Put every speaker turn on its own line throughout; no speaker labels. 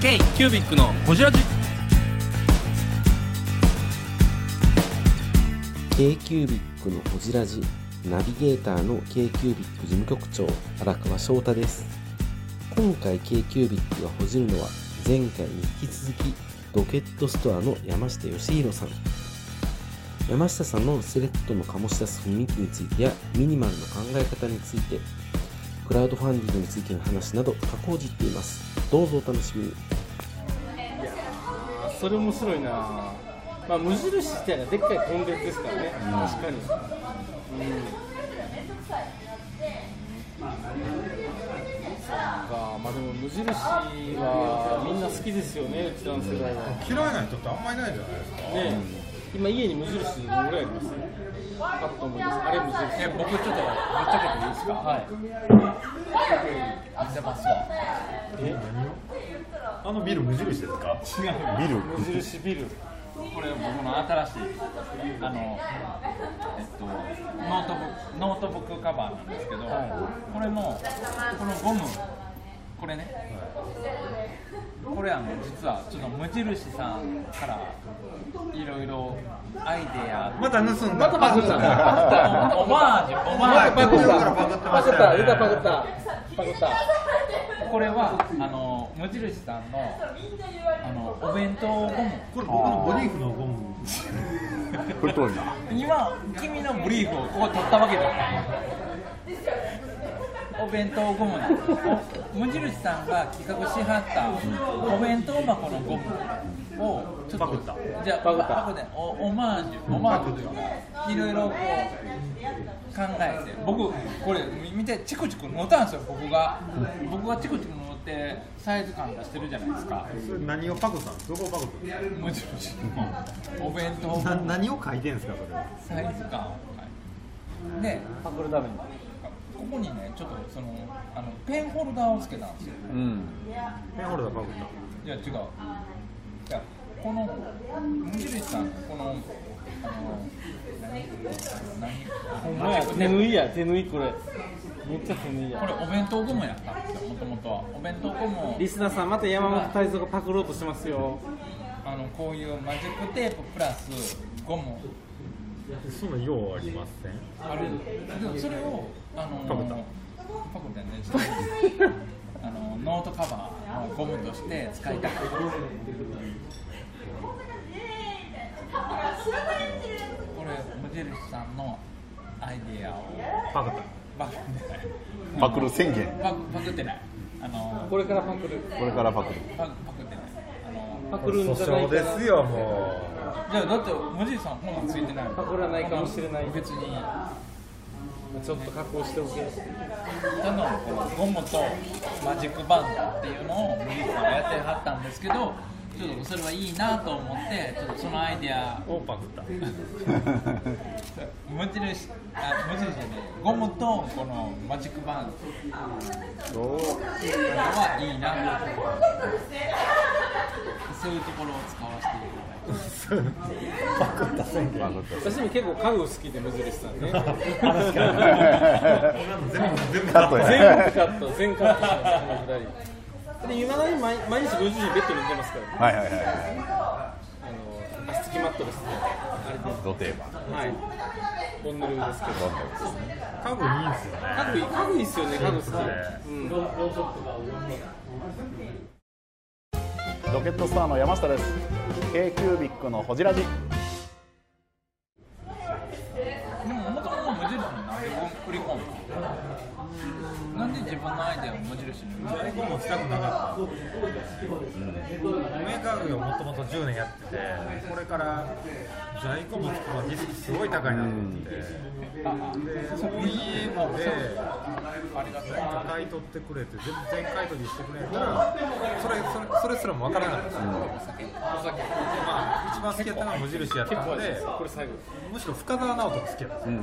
K キュービックのホジラジ
k q u b i c のほじラジナビゲーターの k q u b i c 事務局長荒川翔太です今回 k q u b i c がほじるのは前回に引き続きロケットストアの山下義弘さん山下さんのセレクトの醸し出す雰囲気についてやミニマルの考え方についてクラウドファンディングについての話など過去をじっていますどうぞお楽しみに
あそれ面白いなまあ無印自体がでっかいコンテンツですからね、確かに、うん、そっかまあでも無印はみんな好きですよねうちらの世代はね
嫌いな人ってあんまいないじゃないですか
今家に無印どのぐらいありますあると思いますあれ無印
え僕ちょっとぶっちゃけていいですかはい見せますわ
あのビル無印ですか
違う
無印ビル
これ僕の新しいあのえっとノートブックノートブックカバーなんですけど、これもこのゴムこれね、これあの実はちょっと無印さんからいろいろアイデア
また盗んだまた
パクった
オマージュオマージュ
パクったパクってましたよね
たパクった
これはあの無印さんのあのお弁当ゴム
これ僕のボディーフのゴム
今君のブリーフをここ取ったわけじゃないお弁当ゴムなんですお無印さんが企画しはったお弁当箱のゴムをちょっと
パクった
じゃあパクでおオマージュオマージュというかいろいろこう考えて僕これ見てチクチク乗ったんですよ僕が僕がチクチク乗ってサイズ感出してるじゃないですか
それ何をパクったんですかどこをパクったんです
無印のお弁当
か
箱
な何を書いてんですかそれは
サイズ感を変えで
パクるために
ここにねちょっとそのあのペンホルダーをつけたんですよ
ペンホルダーパクっ
いや違ういやこの無印さんのこのあの何
ほんまや手縫いや手縫いこれめっちゃ手縫いや
これお弁当ゴムやったんですよもともとはお弁当ゴムを
リスナーさんまた山本泰造がパクろうとしてますよ
あのこういうマジックテーププラスゴム
たそんな用ありません
あれでもそれをあの
パクった
パクったよねちょっとあのノートカバーのゴムとして使いたいこれ無印さんのアイディアを
パクっ
バクってない
パクる宣言
バクパクってないあの
これからパクる
これからパクる
パクパクってないあの
パ
た
クるんじゃないかな
ですよも
じゃあだって無印さんこんなんついてない
パクらないかもしれない
別に
ちょっと加工しておけ
ただのこのゴムとマジックバンドっていうのを無理さんがやってはったんですけどちょっとそれはいいなと思ってちょっとそのアイデア
うをパクった
無印あ無印じゃないゴムとこのマジックバンドは いいなそういうところを使わせていただいて。
パクっ
私も結構家具好きで無印さんね
全部全部
カット
全
や
部カット全カットしたんですよこの二人でいまだに毎毎日ご主人ベッドに寝てますからね
はいはいはいは
あの足つきマットレスであれ
いド定番
ではいボンヌルですけど
家具いいんですよね
家具家具いいっすよね家具好きうん
ロケットスターの山下です k q b i c のほじラジ
でももともと無印になんで振り込むのなんで自分のアイデアを無印に
アイコンもしたくなかった、メーカー業をもともと10年やっててこれから在庫も含まディスクすごい高いなと思って、そういいので買い取ってくれて全全買い取りしてくれたらそれそれそれすらも分からなかったです、まあ、一番好きやったのは無印やったんで
これ最後
むしろ深澤直人が好きやったんですよ、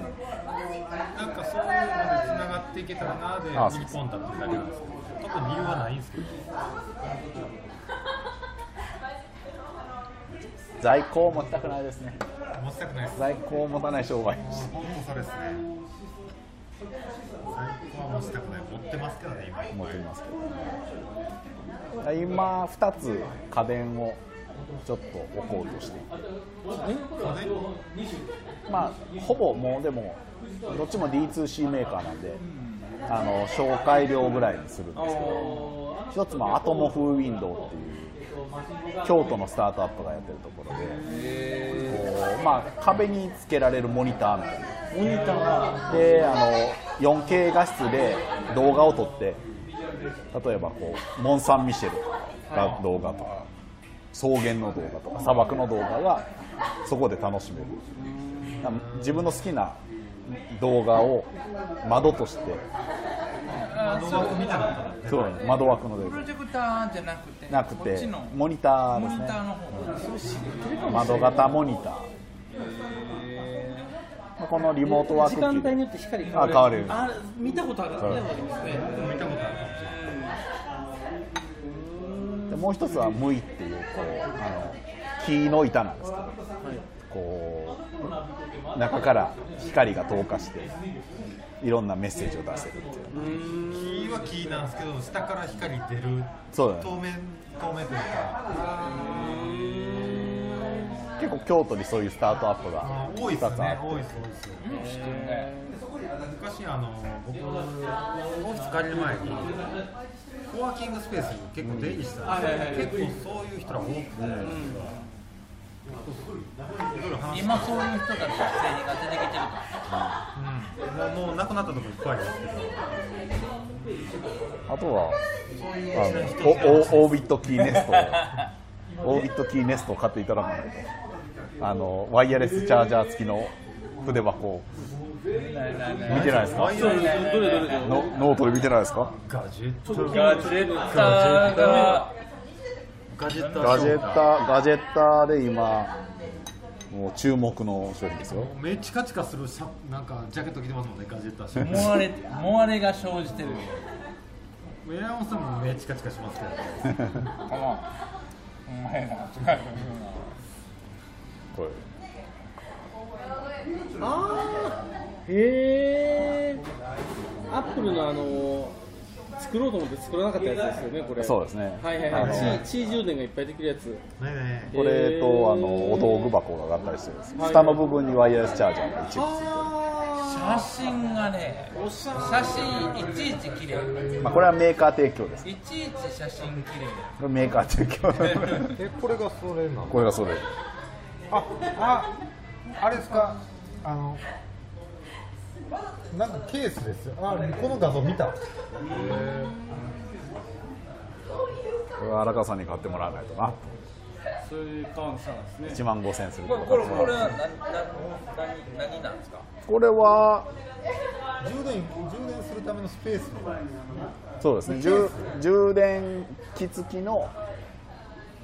なんかそういうのでつながっていけたらなで
あ
日本だってるだけなんですけど特に理由はないんですけど
在庫を持ちたくないですね
持ちたくないです
在庫を持たない商売
僕もそれですね。最僕はもうしたくない持ってますからね今いっぱい
持っていますけど今2つ家電をちょっと置こうとして
家電
まあほぼもうでもどっちも D2C メーカーなんであの紹介料ぐらいにするんですけど一つもアトモ風ウィンドウっていう京都のスタートアップがやってるところでこうまあ壁につけられるモニターみたいな
モニターが
であの 4K 画質で動画を撮って例えばこうモン・サン・ミシェルが動画とか草原の動画とか砂漠の動画がそこで楽しめるだから自分の好きな動画を窓として
窓枠みたいなのか
窓枠のデ
プ
ザ
ロ
イン
ジェクターじゃなくて
なく
こってちの
モニター
モ
で
ニ
す
ター
ね
の方が、
窓型モニターまあこのリモートワーク
時
機
間帯によって光変わ
あ
る
変わる
あ見たことあるね
な見たことあるかもし
でもう一つは「むい」っていうこうあの木の板なんですけど、こう中から光が透過していろんなメッセージを出せるっていう
れない木は木なんですけど下から光出る
そうだね
透明透明というか
結構京都にそういうスタートアップが
あ多い
2
っ
つあ
す
って、
ね多いっす多いっす昔あの僕オフィス借りる前にコワーキングスペースに結構出入りしたんですけど結構そういう人ら多くていろいろ話して
今そういう人たちの製品が出てきてるから
うんもうもうなくなったとこいっぱいありますけど
あとは
そういう
あ
一つ
のおおオービットキーネスト をオービットキーネストを買っていただかないとあのワイヤレスチャージャー付きの筆箱を見てないですか
そういう
どれどれどれ
のノートで見てないですか
ガジェット
ガジェッターが
ガジェット
ガジェッター、ガジェッターで今、もう注目の商品ですよ。
めっちゃチカチカするシャなんかジャケット着てますもんねガジェッターシャ
もわれもわれが生じてる
宮本さんもめっちゃチカチカしますけど
このお前ら近くにいるな
こ
へ
れ
えアップルのあの作ろうと思って作らなかったやつですよねこれ
そうですね。
はいはい
あ
は
の
い、チーチー充電がいっぱいできるやつ
ねえね
これと、あの、お道具箱が合体してるんです。
はい
下の部分にワイヤレスチャージャーが一部
写真がね写真いちいち綺麗
つ。まあ、これはメーカー提供です。
いちいち写真綺麗
これメーカー提 供。
えこれがそれなの
これがそれ。
あああれですかあのなんかケースですよあこの画像見た
これは荒川さんに買ってもらわないとな。
そういうカウンさんですね
1万5千する
こ
と
れこれ
こ買って
こ
も
れ
らう
は何何何なんですか
これは、
充電充電するためのスペースみたいな
そうですね。充充電器付きの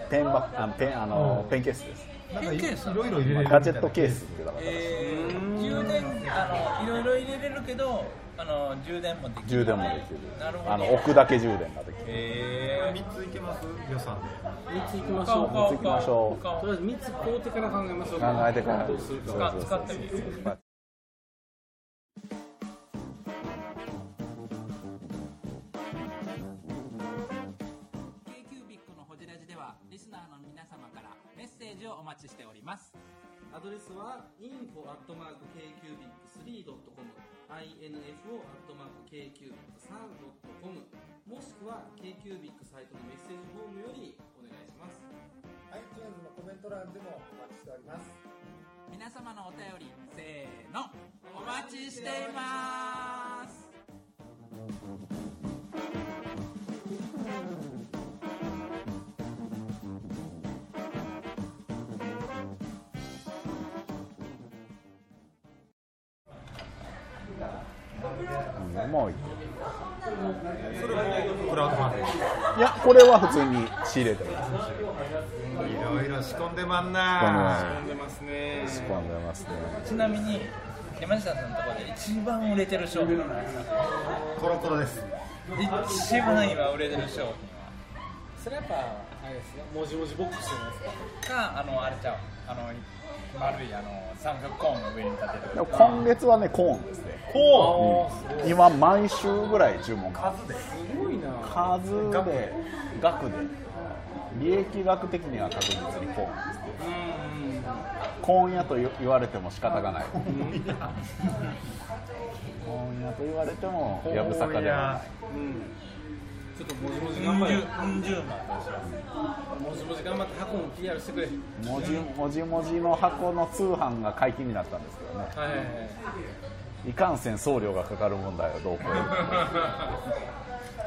ペンバあのペン、あの、ペンケースです。
なんかい
ケース
いろいろ入れれるみたいな
ガジェットケースってだから。
えー、充電あのいろいろ入れれるけどあの充電もできる
充電もできる
なるほど
あの置くだけ充電ができる
え
三ついけます予算で
3ついきま
ー、
しょう
買おう
行きましょう
買お
とりあえず3つ買うてから考えましょう
考えてから
どうするか
使使ってみよう
アドレスは info.kcubic3.com info.kcubic3.com もしくは KQBIC サイトのメッセージフォームよりお願いします
皆様のお便りせーのお待ちしています
うんもういい
クラウドファンデ
いやこれは普通に仕入れてます
ィングいろいろ仕込んでまんな
こ
飲んでますね
の仕込んでますね
ちなみに山下さんのところで一番売れてる商品なんですか
コロコロです
一番今売れてる商
それやっぱあれですねもじもじボックスじゃないです
品
か
かあのあれちゃうあの丸いあの三角コーンの上に立てる
でも今月はねコーンですね
コ
今毎週ぐらい注文が
数です
ごいな
数で額で利益額的には確実にコーンですねコーン屋と言われても仕方がないコーン屋と言われてもやぶさかではない
ちょっともじもじ頑張れ
うん十万
もじもじ頑張って箱も PR してくれ
もじもじもじの箱の通販が解禁になったんですけどね
はいはいはい
いかんせん送料がかかる問題はどうこう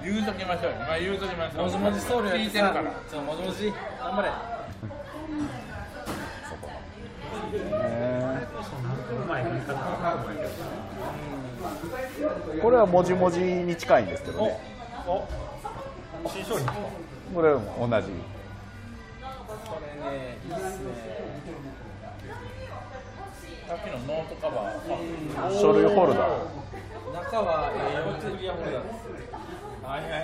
言うときましょうよまあ言うときましょう
もじもじソウルや
聞いてるから
ちょっともじもじ頑張れ
そこねこれはもじもじに近いんですけどね
新商品
これも同じ
これねいいっすね
さっきのノートカバー
書類ホルダー
中はええクリアホルダーです
はいはいは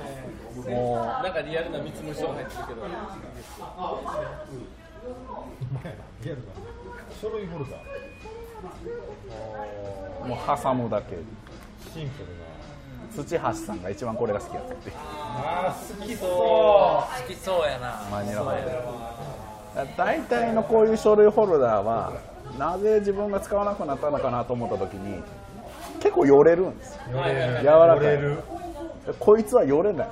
い
も
なんかリアルな三つ虫が入ってるけど
リアルだ書類ホルダー
うもう挟むだけ
シンプル
土橋さんが一番これが好きやったって
好きそうやな
マニラホルダー大体のこういう書類ホルダーはなぜ自分が使わなくなったのかなと思った時に結構よれるんですよ
なよれる
柔らか
よれ
い
る
こいつはよれない、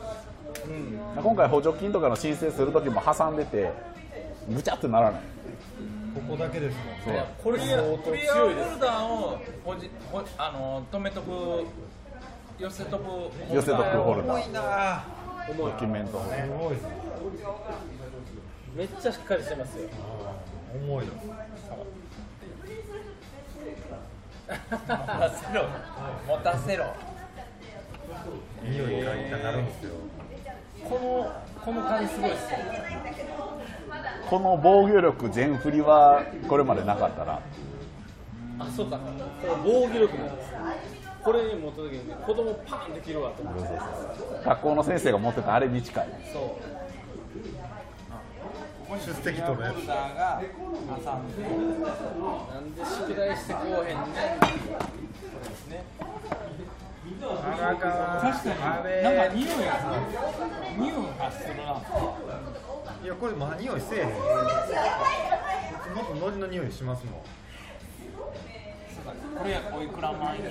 今回補助金とかの申請する時も挟んでてぐちゃってならない
ここだけですもんね
これやクリアホルダーをほじほあの止めとく寄せとく
寄せとくホルダー
あ
ドキュメントホルダー
ー重いな
めっちゃしっかりしてますよ
重いな
持たせろ持たせろ
匂いが痛くなるんですよ
このこの感じすごいっすね
この防御力全振りはこれまでなかったら
あそうかこれ防御力なんですよこれ持った時にね子供パーンできるわと思って
学校の先生が持ってたあれに近い
出席取るやつ
なんで宿題してこうへんね
確かになんか匂いがすごい匂いがするない
やこれまあ匂いせえへんもっとノリの匂いしますもん
これおいくら万円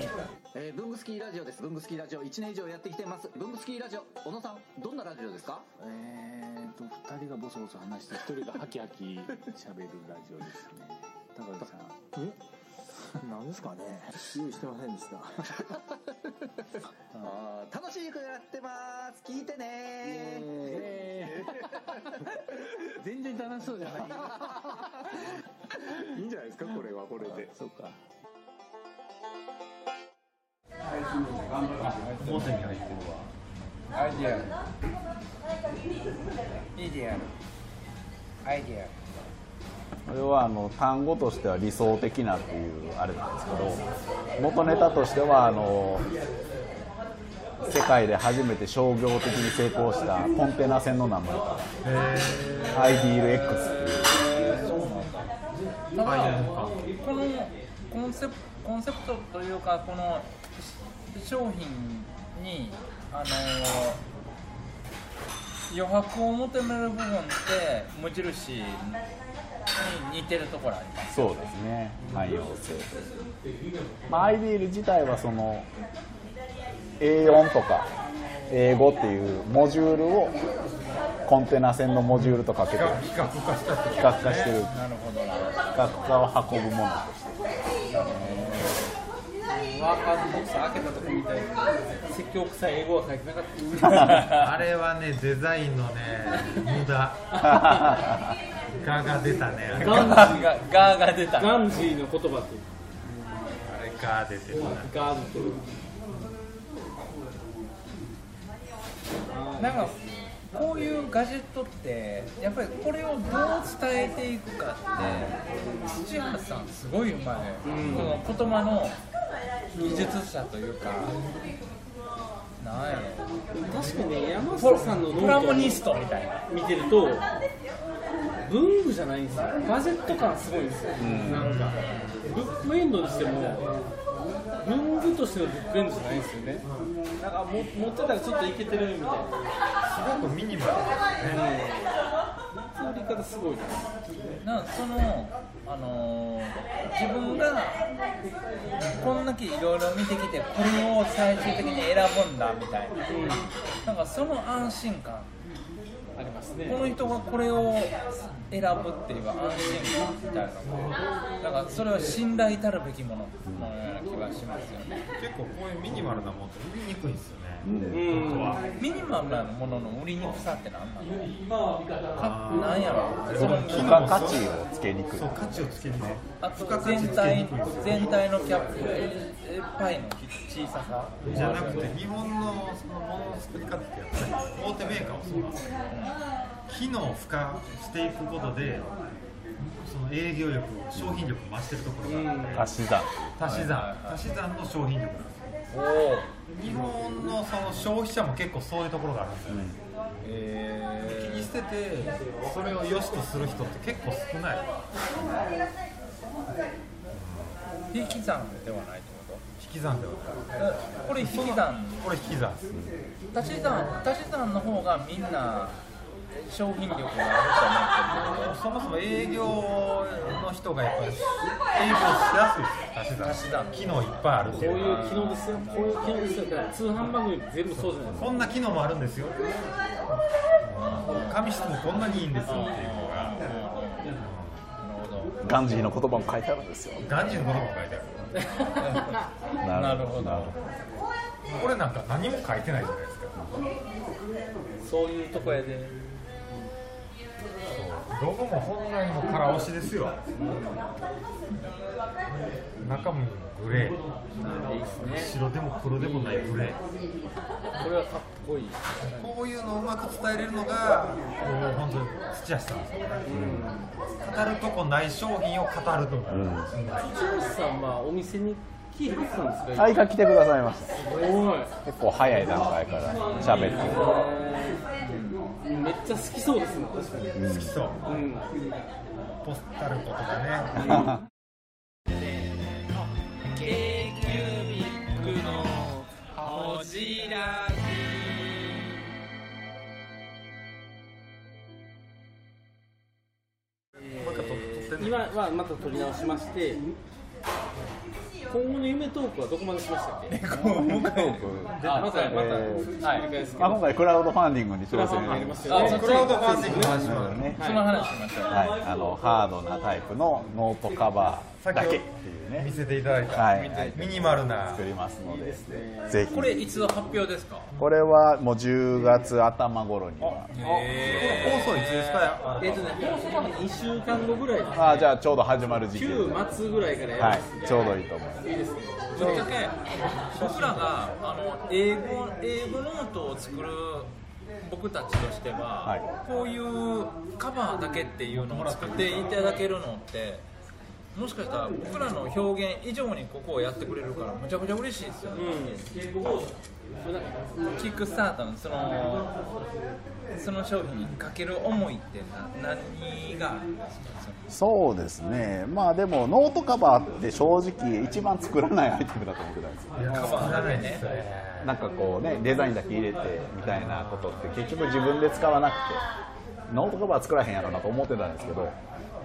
えー、ブングスキーラジオです。ブングスキーラジオ1年以上やってきてます。ブングスキーラジオ、小野さん、どんなラジオですか
えーと2人がボソボソ話して1人がハキハキ喋るラジオですね高橋さんえなんですかね用意してませんで した
あー楽しくやってます。聞いてね
全然楽しそうじゃないいいんじゃないですかこれはこれでそうか
表に入ってるわ
アイディアルイディアルアイディアル
これはあの単語としては理想的なっていうあれなんですけど元ネタとしてはあの世界で初めて商業的に成功したコンテナ船の名前から IDLX っていう
だからこのコンセプコンセプトというかこのし商品にあの余白を求める部分って無印に似てるところあります
そうですね汎用性まあ、アイビール自体はその A4 とか英語っていうモジュールをコンテナ船のモジュールとかけて
比較化したって
比較化してる比
なるほどな
較化を運ぶもの
ワーカーズボックス開けた時みたいに説教臭い英語は書いてなかった
あれはねデザインのね無駄ガが出たねあれ
ガンジ
ガーがガーが出た
ガンジーの言葉って
あれガ出てるな
ガージー
なんかこういうガジェットってやっぱりこれをどう伝えていくかって土橋さんすごいうまいね、この言葉の技術者というかなんや
確かに山
ろ
下さんの
プ
ノ
ラ
ー
モニ
ト
ストみたいな
見てると
文具じゃないんですよガジェット感すごいんですよ、なんかブックエンドにしても文具としてのブックエンドじゃないんですよねなんかも持ってたらちょっといけてるみたいな
ごくミニマル
売り方すごいな
なその、あのー自分がこんだけいろいろ見てきてこれを最終的に選ぶんだみたいななんかその安心感
あります
こ
ね
の人がこれを選ぶっていう安心感みたいななんかそれは信頼たるべきもののような気がしますよね
結構こういうミニマルなものって売りにくいんですよね、
ミニマルなものの売りにくさって何なのかなんやろその
付加価値をつけにくい
そう価値をつけるね
あと全体全体のキャップえーパイの小ささ
じゃなくて日本のそのものの作り方ってやっぱり大手メーカーもそうなんですけど機能を付加していくことでその営業力商品力を増してるところがあって
足し算
足し算足し算の商品力なんですよ
おお
日本のその消費者も結構そういうところがあるんですよね、気にしててそれを良しとする人って結構少ない
引き算ではないってこ
引き算ではない
とこれ引き算
これ引き算です
足し算足し算の方がみんな商品力があると思ってる
そもそも営業の人がやっぱり営業しやすいですよ足し算機能いっぱいあるってい
こう
う
いう
のは
機能ですよこういう機能ですよだから通販番組全部そうじゃないですか
こんな機能もあるんですよ紙質もこんなにいいんですよっていうのが
ガンジーの言葉も書いてあるんですよ
ガンジーのことも書いてある
な
なるほど
なるほ
これなんか何も書いてないじゃないですか
そういうとこやで
どこも本来のカラ押しですよ中身もグレー
いいですね
白でも黒でもないグレー
これはかっこいい
こういうのをうまく伝えれるのがもう本当に土橋さんですよね、語るとこない商品を語るとか、
剛さんはお店に来てたんです
ど
か
はいが来てくださいました
すごい
結構早い段階から喋って
めっちゃ好きそうですもん確かに
好きそう
うん
ポスタルコとかね
今はまた取り直しまして今後の夢トークはどこまでしましたっけあまたまた振り返すけ
まあ、
ど
今回クラウドファンディングに
ク
挑
ラファン
戦
もありますよ
あ
ね
そっち
クラウドファンディングの話も
ね、
その話しましょう
はい、あのハードなタイプのノートカバーだけっていう
見
ね
せていただいた、
はい
ミニマルな
作りますのでぜひ
これいつ発表ですか
これはもう10月頭頃には
放送いつですか
えっとね放送まで2週間後ぐらいです
あじゃあちょうど始まる時期で
9末ぐらいからや
は
ります
いちょうどいいと思います
いいですね
ぶっちゃけ僕らがあの英語英語ノートを作る僕たちとしては、
は
こういうカバーだけっていうのを作っていただけるのってもしかしたら僕らの表現以上にここをやってくれるからむちゃくちゃ嬉しいですよね、キックスタートのそのその商品にかける思いってな何が
そうですねまあでもノートカバーって正直一番作らないアイテムだと思ってたんですよ
カバーならですよね
なんかこうねデザインだけ入れてみたいなことって結局自分で使わなくてノートカバー作らへんやろなと思ってたんですけど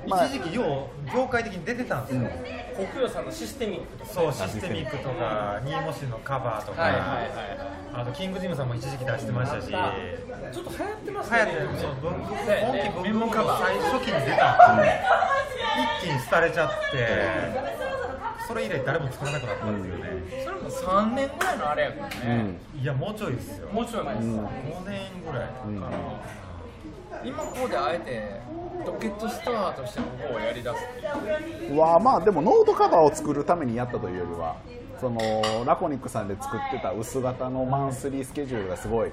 まあ
一時期よう業界的に出てたんですよ、
国領さんのシステミックとか
そうシステミックとか新モ市のカバーとか、
はいはい
あとキングジムさんも一時期出してましたし、
ちょっと流行ってます
流行ってるそう文具本気文具カバー最初期に出た、一気に廃れちゃってそれ以来誰も作らなくなったんですよね、
それも3年ぐらいのあれやからね、
いやもうちょいですよ
もちろんないです
5年ぐらいかな、
今ここであえてロケットストアとしての方をやりだすっていう
はまあでもノートカバーを作るためにやったというよりはそのラコニックさんで作ってた薄型のマンスリースケジュールがすごい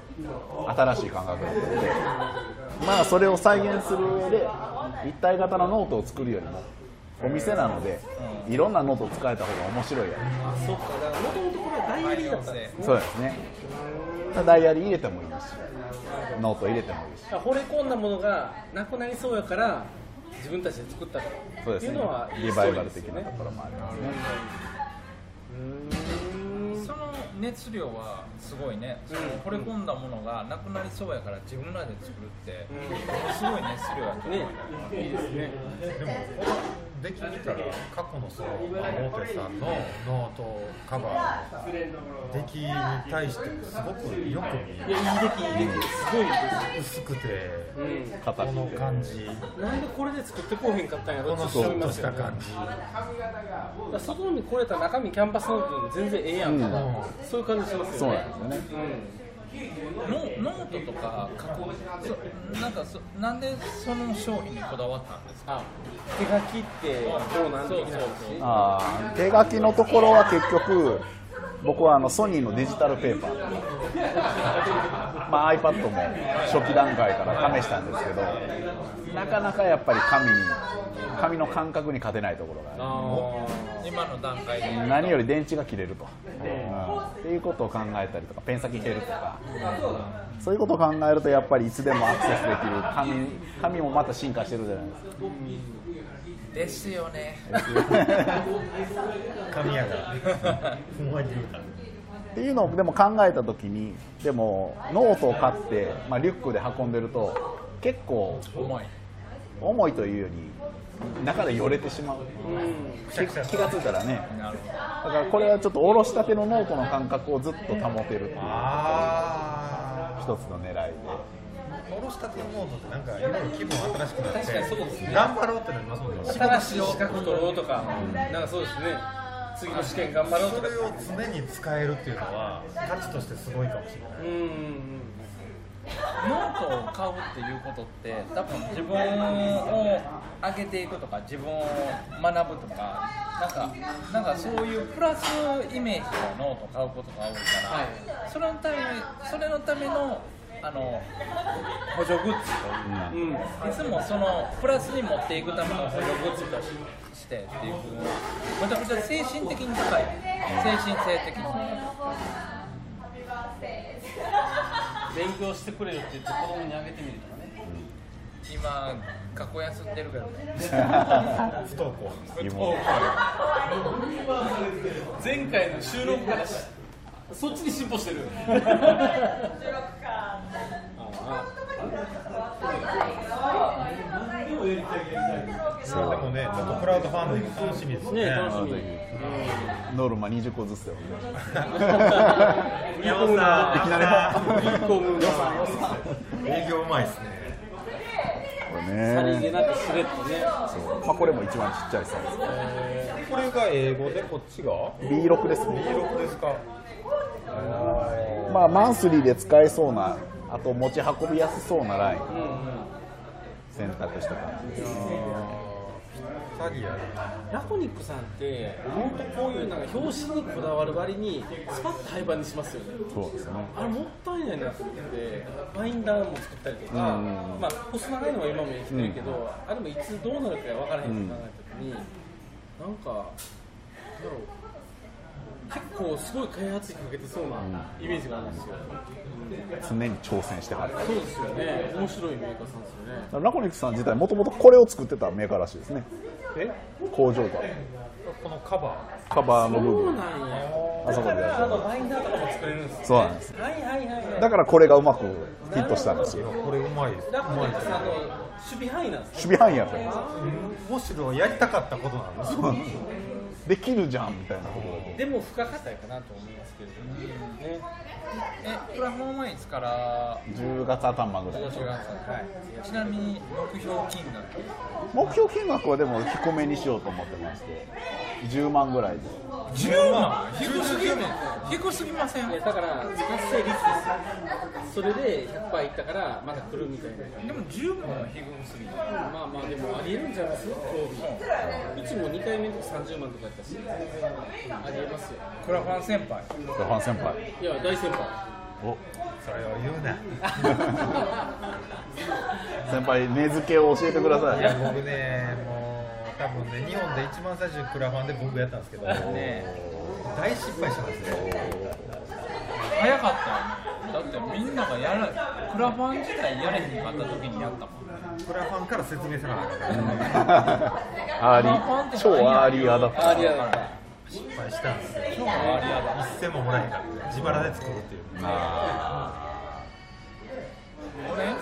新しい感覚だったのでまあそれを再現する上で一体型のノートを作るよりもお店なのでいろんなノートを使えた方が面白いやん
そっかだからもともとこれはダイヤリーだったんですね
そうですねダイヤリー入れてもいいしノート入れてもいいし
惚れ込んだものがなくなりそうやから自分たちで作ったと
そうです
って
ね
いうのは
リバイバル的なところもありますね
その熱量はすごいね、その惚れ込んだものがなくなりそうやから自分らで作るって、すごい熱量やと思うよ、
いいですね
でもできてみたら過去のその大手さんのノートカバーの出来に対してすごくよく見え
い
る
やいい出来いい出来すごいいい
薄くて
です、
こ
形
の
で
感じ
うん、なんでこれで作ってこうへんかったんやろ
こ
って
の
ち
シ
ょっ
ュ
と思います
ッとし
よね
た感じ
だから外見これた中身キャンパスノートでも全然ええやんか、
うん
そういう感じします
そ
よ
う
ね
なんですよね
ノノートとか書くそなんかそ、なんでその商品にこだわったんですか、
手書きってどうなんていないし
あー手書きのところは結局僕はあのソニーのデジタルペーパー、まあ、iPad も初期段階から試したんですけどなかなかやっぱり紙に紙の感覚に勝てないところがある
あ
今の段階で、
何より電池が切れると、うんっていうことを考えたりとかペン先切れるとか、そういうことを考えるとやっぱりいつでもアクセスできる紙紙もまた進化してるじゃないです
です
か
よね、
神谷が思い出た
っていうのをでも考えた時にでもノートを買って、まあ、リュックで運んでると結構
重い、
重いというより中でよれてしまう、気気がついたらね
なるほど、
だからこれはちょっとおろしたてのノートの感覚をずっと保てるっていう
あ
一つの狙いで
ーおろしたてのノートってなんかいろいろ気分新しくなって
確かにそうですね
頑張ろうってなりますもんね
ー新しい資格取ろうとか、なんかそうですね次の試験頑張ろうと
そ
か
れを常に使えるっていうのは価値としてすごいかもしれない
うんうん
ノートを買うっていうことって、多分自分を上げていくとか、自分を学ぶとか、なんか、なんかそういうプラスイメージのノートを買うことが多いから、
はい
それのためそれのためのあの補助グッズというか、
うん
いつもそのプラスに持っていくための補助グッズとしてっていう部分はめちゃくちゃ精神的に高い精神性的に
勉強してくれるって言って子供にあげてみるとかね
今学校休んでるけどね
不登校
妹
前回の収録からしそっちに進歩してる
でもねちょっとクラウドファンディング楽しみですね
ね楽しみ
ノルマ20個ずつだよね
よさ
いきなり
1個分が
営業うまいですね
これ
さりげ
ね
なくスレッとね
まあ、これも一番ちっちゃいサイズ
これが英語でこっちが
B6 ですね
B6 ですか
まあマンスリーで使えそうなあと持ち運びやすそうなライン選択した感じです
サリア
ラコニックさんって本当こういうなんか表紙にこだわる割にスパッと廃盤にしますよね
そうですね
あれもったいないなと思ってバインダーも作ったりとか、
うん
まあ細長いのは今も生きてるけど、あれもいつどうなるか分からへんって考えた時に、なんかなんだろう結構すごい開発費かけてそうなイメージがあるんですよ、
常に挑戦してはる
そうですよね面白いメーカーさんですよね
ラコニックさん自体もともとこれを作ってたメーカーらしいですね
え
工場が
このカバ
カバーの部
そう
分
なんや
あそこでや
あの
る
バインダーとかも作れるんですよ
そうなんです
はいはいはいはい
だからこれがうまくヒットしたんです
ーいや
よ
これうまいです
ラコニックさんの守備範囲なんですね
守備範囲やったんで
むしろやりたかったことなんですよ
すできるじゃんみたいなところ
で
で
も深かったかなと思いますけれどもね
えプラフォーマイスから
10月頭ぐらい
違うはいちなみに目標金額
目標金額はでも低めにしようと思ってまして10万ぐらいで
10万低すぎる低すぎません
いやだから達成率ですよそれで100倍いったからまだ来るみたいな
でも10万は低すぎる
まあまあでもありえるんじゃないですかうちも2回目の時30万とかやったしありえますよ
クラファン先 輩
ファン先輩
いや大先輩
お
それを言うな
先輩根付けを教えてくださ
い
い
や僕ねもう多分ね日本で一番最初にクラファンで僕やったんですけど大失敗したんですよ
早かったよねだってみんながやるクラファン自体やれへんかった時にやったもん
それはファンから説明せなあかんから
アーリー、超アーリーアダプター。
アーリアだから
失敗したんですよ今日は一銭ももらえへんから自腹で作るっていう
これ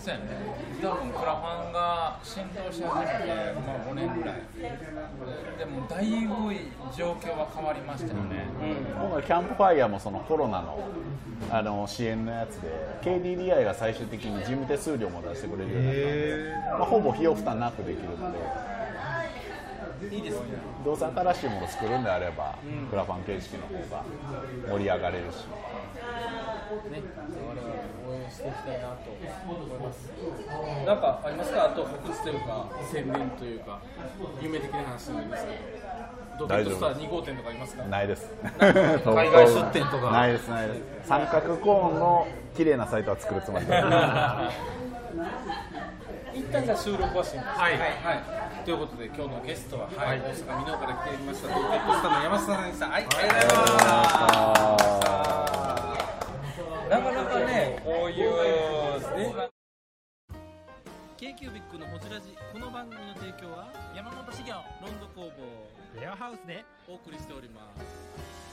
そうやね多分クラファンが浸透し始めて、まあ、5年ぐらいでもだいぶ状況は変わりましたよね、
今回キャンプファイヤーもそのコロナのあの支援のやつで KDDI が最終的に事務手数料も出してくれるようになったんで、まあ、ほぼ費用負担なくできるので
いいですね
どうせ新しいもの作るんであれば、クラファン形式の方が盛り上がれるし
ね、我々応援していきたいなと思います。なんかありますか、あと告知というか、宣伝というか、有名的な話なんですけど、ドキットスター2号店とかありますか、
ないです
海外出店とか
ないですないです三角コーンの綺麗なサイトは作るつも りです
一旦じゃあ収録はします。
はい
はいということで、今日のゲストは、はい大阪・美濃から来てみました、ドキットスターの山下さんでした。はい、ありがとうございます。
なかなかねこういう
k q b i c のホジラジこの番組の提供は山本資源ロンド工房
レアハウスで
お送りしております